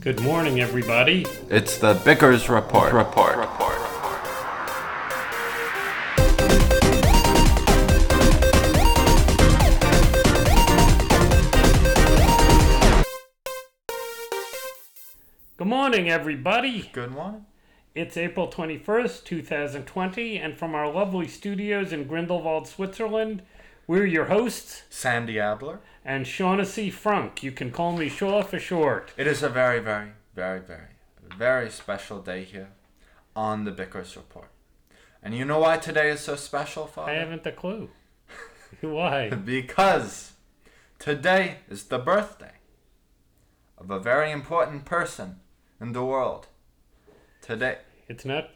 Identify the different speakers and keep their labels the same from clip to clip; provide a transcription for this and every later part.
Speaker 1: Good morning, everybody.
Speaker 2: It's the Bickers Report. Report. Report.
Speaker 1: Good morning, everybody.
Speaker 2: Good morning.
Speaker 1: It's April 21st, 2020, and from our lovely studios in Grindelwald, Switzerland, we're your hosts
Speaker 2: Sandy Abler.
Speaker 1: and Shaughnessy Frank. You can call me Shaw for short.
Speaker 2: It is a very, very, very, very, very special day here on the Bickers Report. And you know why today is so special, Father?
Speaker 1: I haven't a clue. Why?
Speaker 2: Because today is the birthday of a very important person in the world. Today.
Speaker 1: It's not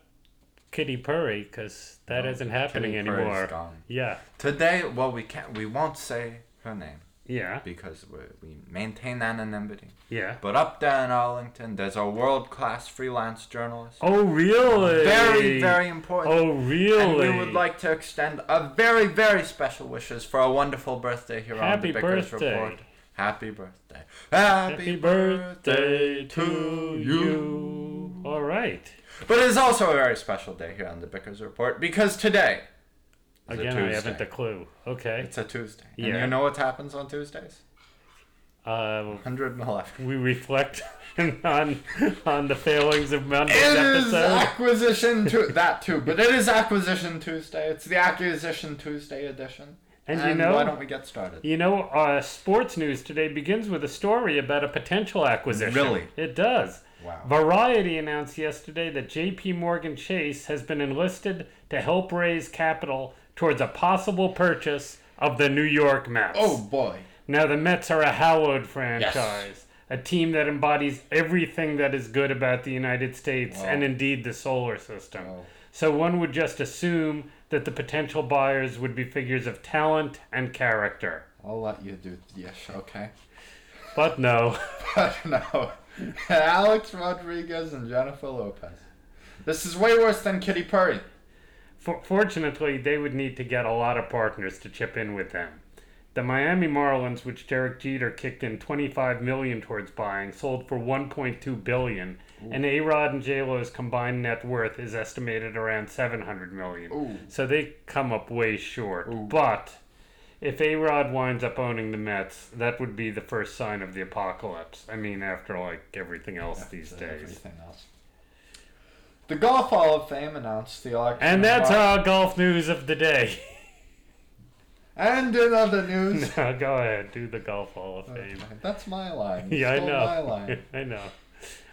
Speaker 1: Kitty Purry, because that isn't happening
Speaker 2: Oh, Kitty Pryde's
Speaker 1: anymore.
Speaker 2: gone.
Speaker 1: Yeah,
Speaker 2: Today, well, we can't, we won't say her name
Speaker 1: yeah,
Speaker 2: because we, we maintain anonymity.
Speaker 1: yeah.
Speaker 2: But up there in Arlington, there's a world-class freelance journalist.
Speaker 1: Oh, really?
Speaker 2: Very, very important.
Speaker 1: Oh, really?
Speaker 2: And we would like to extend a very, very special wishes for a wonderful birthday here
Speaker 1: Happy
Speaker 2: on the Bickers
Speaker 1: birthday.
Speaker 2: Report. Happy birthday. Happy,
Speaker 1: Happy birthday to you. All right.
Speaker 2: But it is also a very special day here on the Bickers Report because today is
Speaker 1: Again,
Speaker 2: a
Speaker 1: I
Speaker 2: Tuesday.
Speaker 1: haven't a clue. Okay.
Speaker 2: It's a Tuesday. And
Speaker 1: Yeah.
Speaker 2: you know what happens on Tuesdays?
Speaker 1: Uh,
Speaker 2: 111.
Speaker 1: we reflect on on the failings of Monday's
Speaker 2: It is
Speaker 1: episode.
Speaker 2: acquisition to that too, but it is acquisition Tuesday. It's the acquisition Tuesday edition.
Speaker 1: And you know-
Speaker 2: why don't we get started?
Speaker 1: You know, uh, sports news today begins with a story about a potential acquisition.
Speaker 2: Really?
Speaker 1: It does.
Speaker 2: Wow.
Speaker 1: Variety announced yesterday that JP Morgan Chase has been enlisted to help raise capital towards a possible purchase of the New York Mets.
Speaker 2: Oh boy.
Speaker 1: Now, the Mets are a hallowed franchise, a team that embodies everything that is good about the United States and indeed the solar system.
Speaker 2: Wow.
Speaker 1: So, one would just assume that the potential buyers would be figures of talent and character.
Speaker 2: I'll let you do yes, okay.
Speaker 1: But no.
Speaker 2: But no. Alex Rodriguez and Jennifer Lopez. This is way worse than Kitty Purry.
Speaker 1: For- fortunately, they would need to get a lot of partners to chip in with them. The Miami Marlins, which Derek Jeter kicked in 25 million towards buying, sold for 1.2 billion, and A-Rod and J-Lo's combined net worth is estimated around 700 million.
Speaker 2: Ooh.
Speaker 1: So they come up way short. But if A-Rod winds up owning the Mets, that would be the first sign of the apocalypse. I mean, after like everything else these days.
Speaker 2: Everything else. The Golf Hall of Fame announced the election.
Speaker 1: And
Speaker 2: of
Speaker 1: that's
Speaker 2: Mark-
Speaker 1: our golf news of the day.
Speaker 2: And in other news.
Speaker 1: No, go ahead. Do the Golf Hall of Fame.
Speaker 2: That's my line. You
Speaker 1: Yeah, I
Speaker 2: stole My
Speaker 1: know.
Speaker 2: line.
Speaker 1: I know.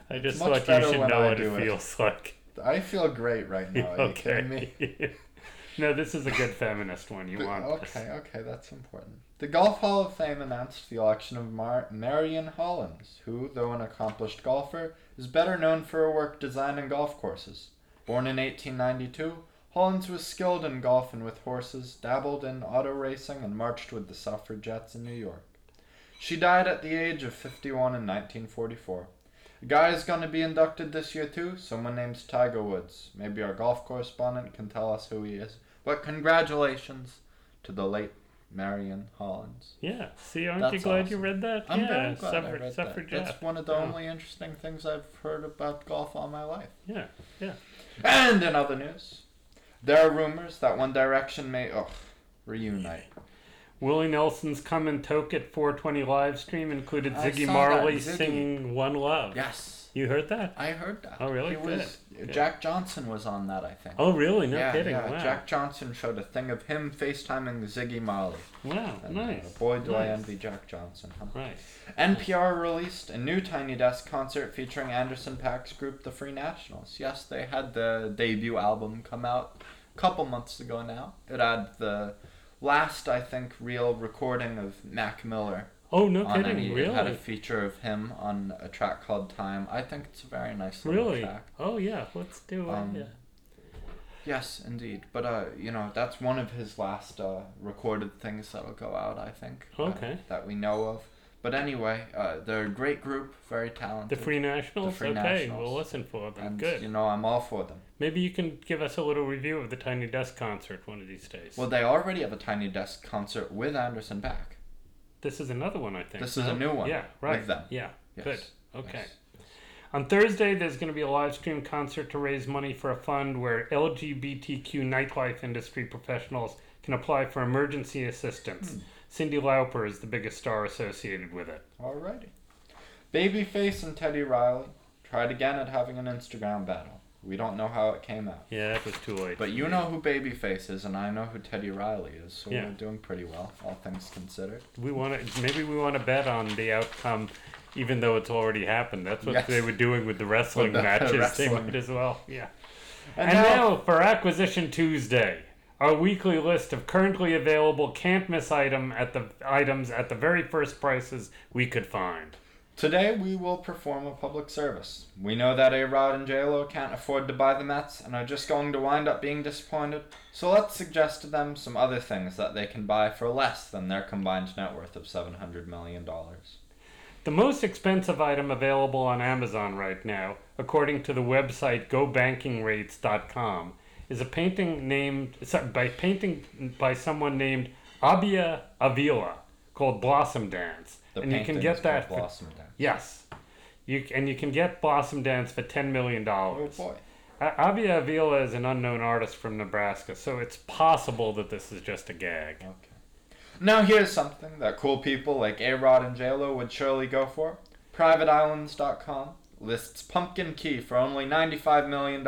Speaker 1: I just
Speaker 2: much
Speaker 1: thought
Speaker 2: better
Speaker 1: you should
Speaker 2: when
Speaker 1: know
Speaker 2: I
Speaker 1: what
Speaker 2: do
Speaker 1: it
Speaker 2: it.
Speaker 1: feels like.
Speaker 2: I feel great right now. Are you kidding me?
Speaker 1: okay. no, this is a good feminist one. You
Speaker 2: The-
Speaker 1: want this.
Speaker 2: okay, okay, that's important. The Golf Hall of Fame announced the election of Mar- Marion Hollins, who, though an accomplished golfer, is better known for her work designing golf courses. Born in 1892, Hollins was skilled in golf and with horses, dabbled in auto racing, and marched with the suffragettes in New York. She died at the age of 51 in 1944. A guy is going to be inducted this year, too. Someone named Tiger Woods. Maybe our golf correspondent can tell us who he is. But congratulations to the late Marion Hollins.
Speaker 1: Yeah. See, aren't you
Speaker 2: That's
Speaker 1: glad you
Speaker 2: awesome.
Speaker 1: read that?
Speaker 2: I'm
Speaker 1: yeah.
Speaker 2: very glad I
Speaker 1: suffra-
Speaker 2: read that.
Speaker 1: suffragette.
Speaker 2: That's one of the
Speaker 1: Yeah.
Speaker 2: only interesting things I've heard about golf all my life.
Speaker 1: Yeah. Yeah.
Speaker 2: And in other news, there are rumors that One Direction may ugh, reunite.
Speaker 1: Willie Nelson's "Come and Toke" at 420 live stream included
Speaker 2: I
Speaker 1: Ziggy
Speaker 2: saw that,
Speaker 1: Marley
Speaker 2: Ziggy.
Speaker 1: singing "One Love."
Speaker 2: Yes,
Speaker 1: You heard that?
Speaker 2: I heard that.
Speaker 1: Oh, really?
Speaker 2: He was, uh,
Speaker 1: Good.
Speaker 2: Jack Johnson was on that, I think.
Speaker 1: Oh, really? No
Speaker 2: yeah,
Speaker 1: kidding.
Speaker 2: yeah.
Speaker 1: Wow.
Speaker 2: Jack Johnson showed a thing of him FaceTiming Ziggy Marley.
Speaker 1: wow.
Speaker 2: And, uh,
Speaker 1: Nice.
Speaker 2: boy, do I
Speaker 1: Nice.
Speaker 2: envy Jack Johnson. Huh?
Speaker 1: Right.
Speaker 2: NPR released a new Tiny Desk concert featuring Anderson Pack's group, The Free Nationals. Yes, they had the debut album come out a couple months ago now. It had the last, I think, real recording of Mac Miller.
Speaker 1: Oh, no
Speaker 2: on
Speaker 1: kidding.
Speaker 2: any, It had a
Speaker 1: really?
Speaker 2: feature of him on a track called Time. I think it's a very nice little
Speaker 1: Really?
Speaker 2: track.
Speaker 1: Oh, yeah. Let's do it.
Speaker 2: Um,
Speaker 1: yeah.
Speaker 2: Yes, indeed. But uh, you know, that's one of his last uh, recorded things that'll go out. I think. uh,
Speaker 1: Okay.
Speaker 2: that we know of. But anyway, uh, they're a great group, very talented.
Speaker 1: The Free Nationals?
Speaker 2: The Free
Speaker 1: okay,
Speaker 2: Nationals.
Speaker 1: we'll listen for them.
Speaker 2: and,
Speaker 1: Good.
Speaker 2: You know, I'm all for them.
Speaker 1: Maybe you can give us a little review of the Tiny Desk concert one of these days.
Speaker 2: Well, they already have a Tiny Desk concert with Anderson Paak.
Speaker 1: this is another one, I think.
Speaker 2: This is a new one.
Speaker 1: Yeah, right.
Speaker 2: With them.
Speaker 1: Yeah,
Speaker 2: Yes.
Speaker 1: good. Okay.
Speaker 2: yes.
Speaker 1: On Thursday, there's going to be a live stream concert to raise money for a fund where LGBTQ nightlife industry professionals can apply for emergency
Speaker 2: Hmm.
Speaker 1: assistance. Cindy Lauper is the biggest star associated with it.
Speaker 2: Alrighty. Babyface and Teddy Riley tried again at having an Instagram battle. We don't know how it came out.
Speaker 1: Yeah, it was too late.
Speaker 2: But you know who Babyface is, and I know who Teddy Riley is, so
Speaker 1: Yeah.
Speaker 2: we're doing pretty well, all things considered.
Speaker 1: we want to maybe we want to bet on the outcome, even though it's already happened. That's what
Speaker 2: Yes.
Speaker 1: they were doing with the wrestling
Speaker 2: the
Speaker 1: matches. They
Speaker 2: wrestling.
Speaker 1: might as well, yeah.
Speaker 2: And,
Speaker 1: And
Speaker 2: now,
Speaker 1: now for Acquisition Tuesday, our weekly list of currently available can't miss item at the items at the very first prices we could find.
Speaker 2: today we will perform a public service. We know that A Rod and JLo can't afford to buy the Mets and are just going to wind up being disappointed, so let's suggest to them some other things that they can buy for less than their combined net worth of $700 million.
Speaker 1: The most expensive item available on Amazon right now, according to the website gobankingrates.com, is a painting named so- by painting by someone named Abia Avila called Blossom Dance.
Speaker 2: The
Speaker 1: and you can
Speaker 2: painting
Speaker 1: get
Speaker 2: is called
Speaker 1: that for,
Speaker 2: Blossom Dance.
Speaker 1: yes. You c- and you can get Blossom Dance for 10 million
Speaker 2: Oh
Speaker 1: dollars.
Speaker 2: boy.
Speaker 1: Abia Avila is an unknown artist from Nebraska, so it's possible that this is just a gag.
Speaker 2: Okay. Now here's something that cool people like A-Rod and JLo would surely go for. PrivateIslands.com lists Pumpkin Key for only $95 million.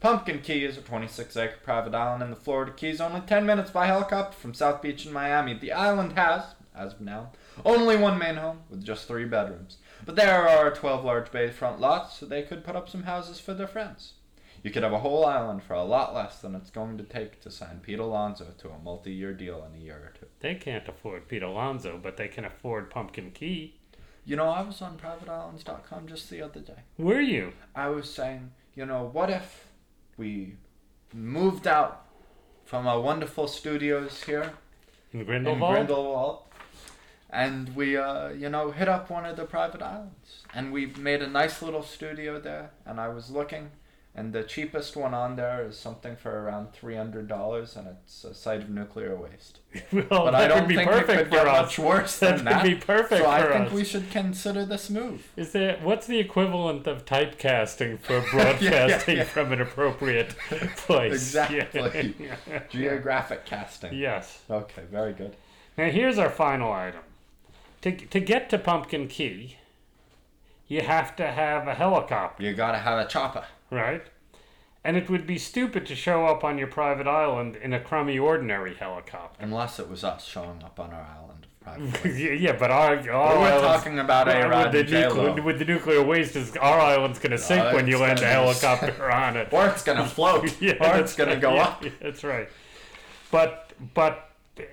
Speaker 2: Pumpkin Key is a 26-acre private island in the Florida Keys, only 10 minutes by helicopter from South Beach in Miami. The island has, as of now, only one main home with just three bedrooms. But there are 12 large bayfront lots, so they could put up some houses for their friends. You could have a whole island for a lot less than it's going to take to sign Pete Alonso to a multi year deal in a year or two.
Speaker 1: They can't afford Pete Alonso, but they can afford Pumpkin Key.
Speaker 2: You know, I was on privateislands.com just the other day.
Speaker 1: Were you?
Speaker 2: I was saying, you know, what if we moved out from our wonderful studios here
Speaker 1: In
Speaker 2: in
Speaker 1: Grindelwald?
Speaker 2: Grindelwald and we, uh, you know, hit up one of the private islands and we made a nice little studio there. And I was looking, and the cheapest one on there is something for around $300, and it's a site of nuclear waste.
Speaker 1: well,
Speaker 2: But
Speaker 1: that
Speaker 2: I don't
Speaker 1: would be
Speaker 2: think it
Speaker 1: perfect
Speaker 2: could
Speaker 1: for
Speaker 2: get
Speaker 1: us.
Speaker 2: much worse
Speaker 1: That
Speaker 2: than
Speaker 1: would
Speaker 2: that.
Speaker 1: be perfect
Speaker 2: so I
Speaker 1: for
Speaker 2: think
Speaker 1: us.
Speaker 2: we should consider this move.
Speaker 1: Is there what's the equivalent of typecasting for broadcasting
Speaker 2: yeah.
Speaker 1: from an appropriate place?
Speaker 2: Exactly.
Speaker 1: Yeah.
Speaker 2: Geographic casting.
Speaker 1: yes.
Speaker 2: Okay, very good.
Speaker 1: Now here's our final item. To to get to Pumpkin Key, you have to have a helicopter,
Speaker 2: You gotta have a chopper.
Speaker 1: right? And it would be stupid to show up on your private island in a crummy ordinary helicopter.
Speaker 2: Unless it was us showing up on our island of private.
Speaker 1: yeah, yeah, but our, our
Speaker 2: we were
Speaker 1: islands-
Speaker 2: talking about
Speaker 1: Yeah,
Speaker 2: A Rod
Speaker 1: with
Speaker 2: and
Speaker 1: the, nucle-
Speaker 2: J-Lo.
Speaker 1: with the nuclear waste, is our island's gonna sink when you
Speaker 2: it's
Speaker 1: land a
Speaker 2: gonna be-
Speaker 1: helicopter on it.
Speaker 2: Or it's gonna float.
Speaker 1: Yeah,
Speaker 2: or
Speaker 1: that's
Speaker 2: it's gonna
Speaker 1: right,
Speaker 2: go
Speaker 1: yeah,
Speaker 2: up.
Speaker 1: yeah, that's right. But but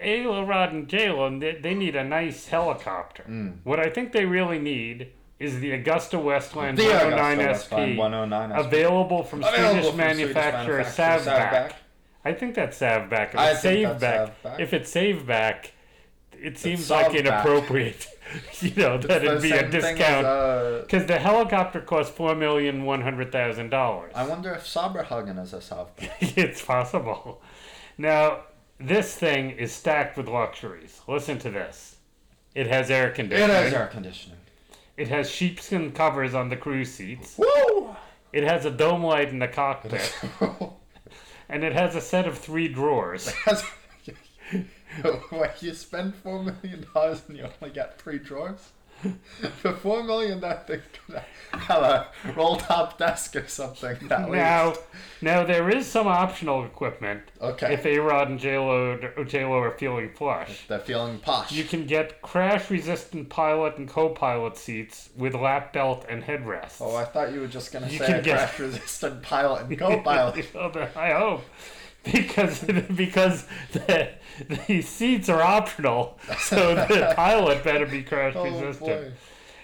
Speaker 1: Ayla, Rod, and Jalen, they, they need a nice helicopter.
Speaker 2: Hmm.
Speaker 1: What I think they really need is the Augusta Westland
Speaker 2: The
Speaker 1: 109
Speaker 2: Augusta
Speaker 1: SP,
Speaker 2: Westland 109 SP.
Speaker 1: available from Swedish
Speaker 2: Available from
Speaker 1: manufacturer
Speaker 2: Swedish manufacturer
Speaker 1: Savback. I think that's Savback. If
Speaker 2: I
Speaker 1: it's
Speaker 2: think
Speaker 1: Savback,
Speaker 2: that's Savback.
Speaker 1: if it's Savback, it seems like
Speaker 2: Savback.
Speaker 1: inappropriate. you know that
Speaker 2: It's
Speaker 1: it'd
Speaker 2: the
Speaker 1: be a
Speaker 2: same thing as,
Speaker 1: discount
Speaker 2: uh,
Speaker 1: because the helicopter costs four million one hundred thousand dollars.
Speaker 2: I wonder if Saberhagen is a Savback.
Speaker 1: it's possible. Now, this thing is stacked with luxuries. Listen to this. It has air
Speaker 2: it
Speaker 1: conditioning.
Speaker 2: has air conditioning.
Speaker 1: It has sheepskin covers on the cruise seats.
Speaker 2: Woo!
Speaker 1: It has a dome light in the cockpit, and it has a set of three drawers.
Speaker 2: That's- Wait, you spend four million dollars and you only get three drawers? For four million, that thing could have a roll top desk or something. At
Speaker 1: Now,
Speaker 2: least.
Speaker 1: now there is some optional equipment
Speaker 2: okay,
Speaker 1: if A-Rod and J-Lo, J-Lo are feeling flush.
Speaker 2: they're feeling posh.
Speaker 1: You can get crash-resistant pilot and co-pilot seats with lap belt and headrests.
Speaker 2: oh, I thought you were just gonna
Speaker 1: You
Speaker 2: say
Speaker 1: can
Speaker 2: a
Speaker 1: get-
Speaker 2: crash resistant pilot and co pilot.
Speaker 1: I hope because because the, the seats are optional, so the pilot better be crash
Speaker 2: Oh boy.
Speaker 1: resistant.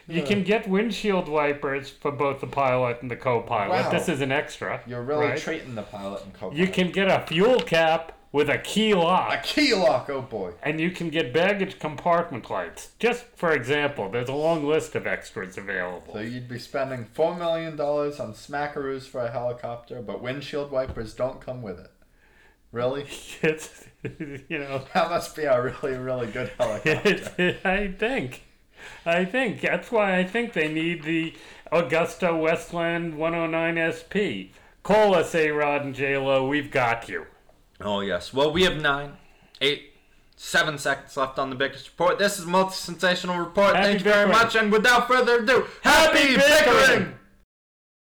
Speaker 1: You can get windshield wipers for both the pilot and the co-pilot.
Speaker 2: Wow.
Speaker 1: This is an extra.
Speaker 2: You're really
Speaker 1: right?
Speaker 2: treating the pilot and co pilot.
Speaker 1: You can get a fuel cap with a key lock.
Speaker 2: A key lock, oh boy.
Speaker 1: And you can get baggage compartment lights. Just for example, there's a long list of extras available.
Speaker 2: So you'd be spending four million dollars on smackaroos for a helicopter, but windshield wipers don't come with it. Really?
Speaker 1: It's, you know,
Speaker 2: That must be a really, really good helicopter.
Speaker 1: it's, I think. I think that's why I think they need the Augusta Westland 109 SP. Call us, A Rod and J Lo. We've got you.
Speaker 2: Oh, yes. Well, we have nine, eight, seven seconds left on the Bickers Report. This is Multi Sensational Report.
Speaker 1: Happy
Speaker 2: Thank you very
Speaker 1: bickering.
Speaker 2: much. And without further ado, happy,
Speaker 1: bickering!
Speaker 2: bickering!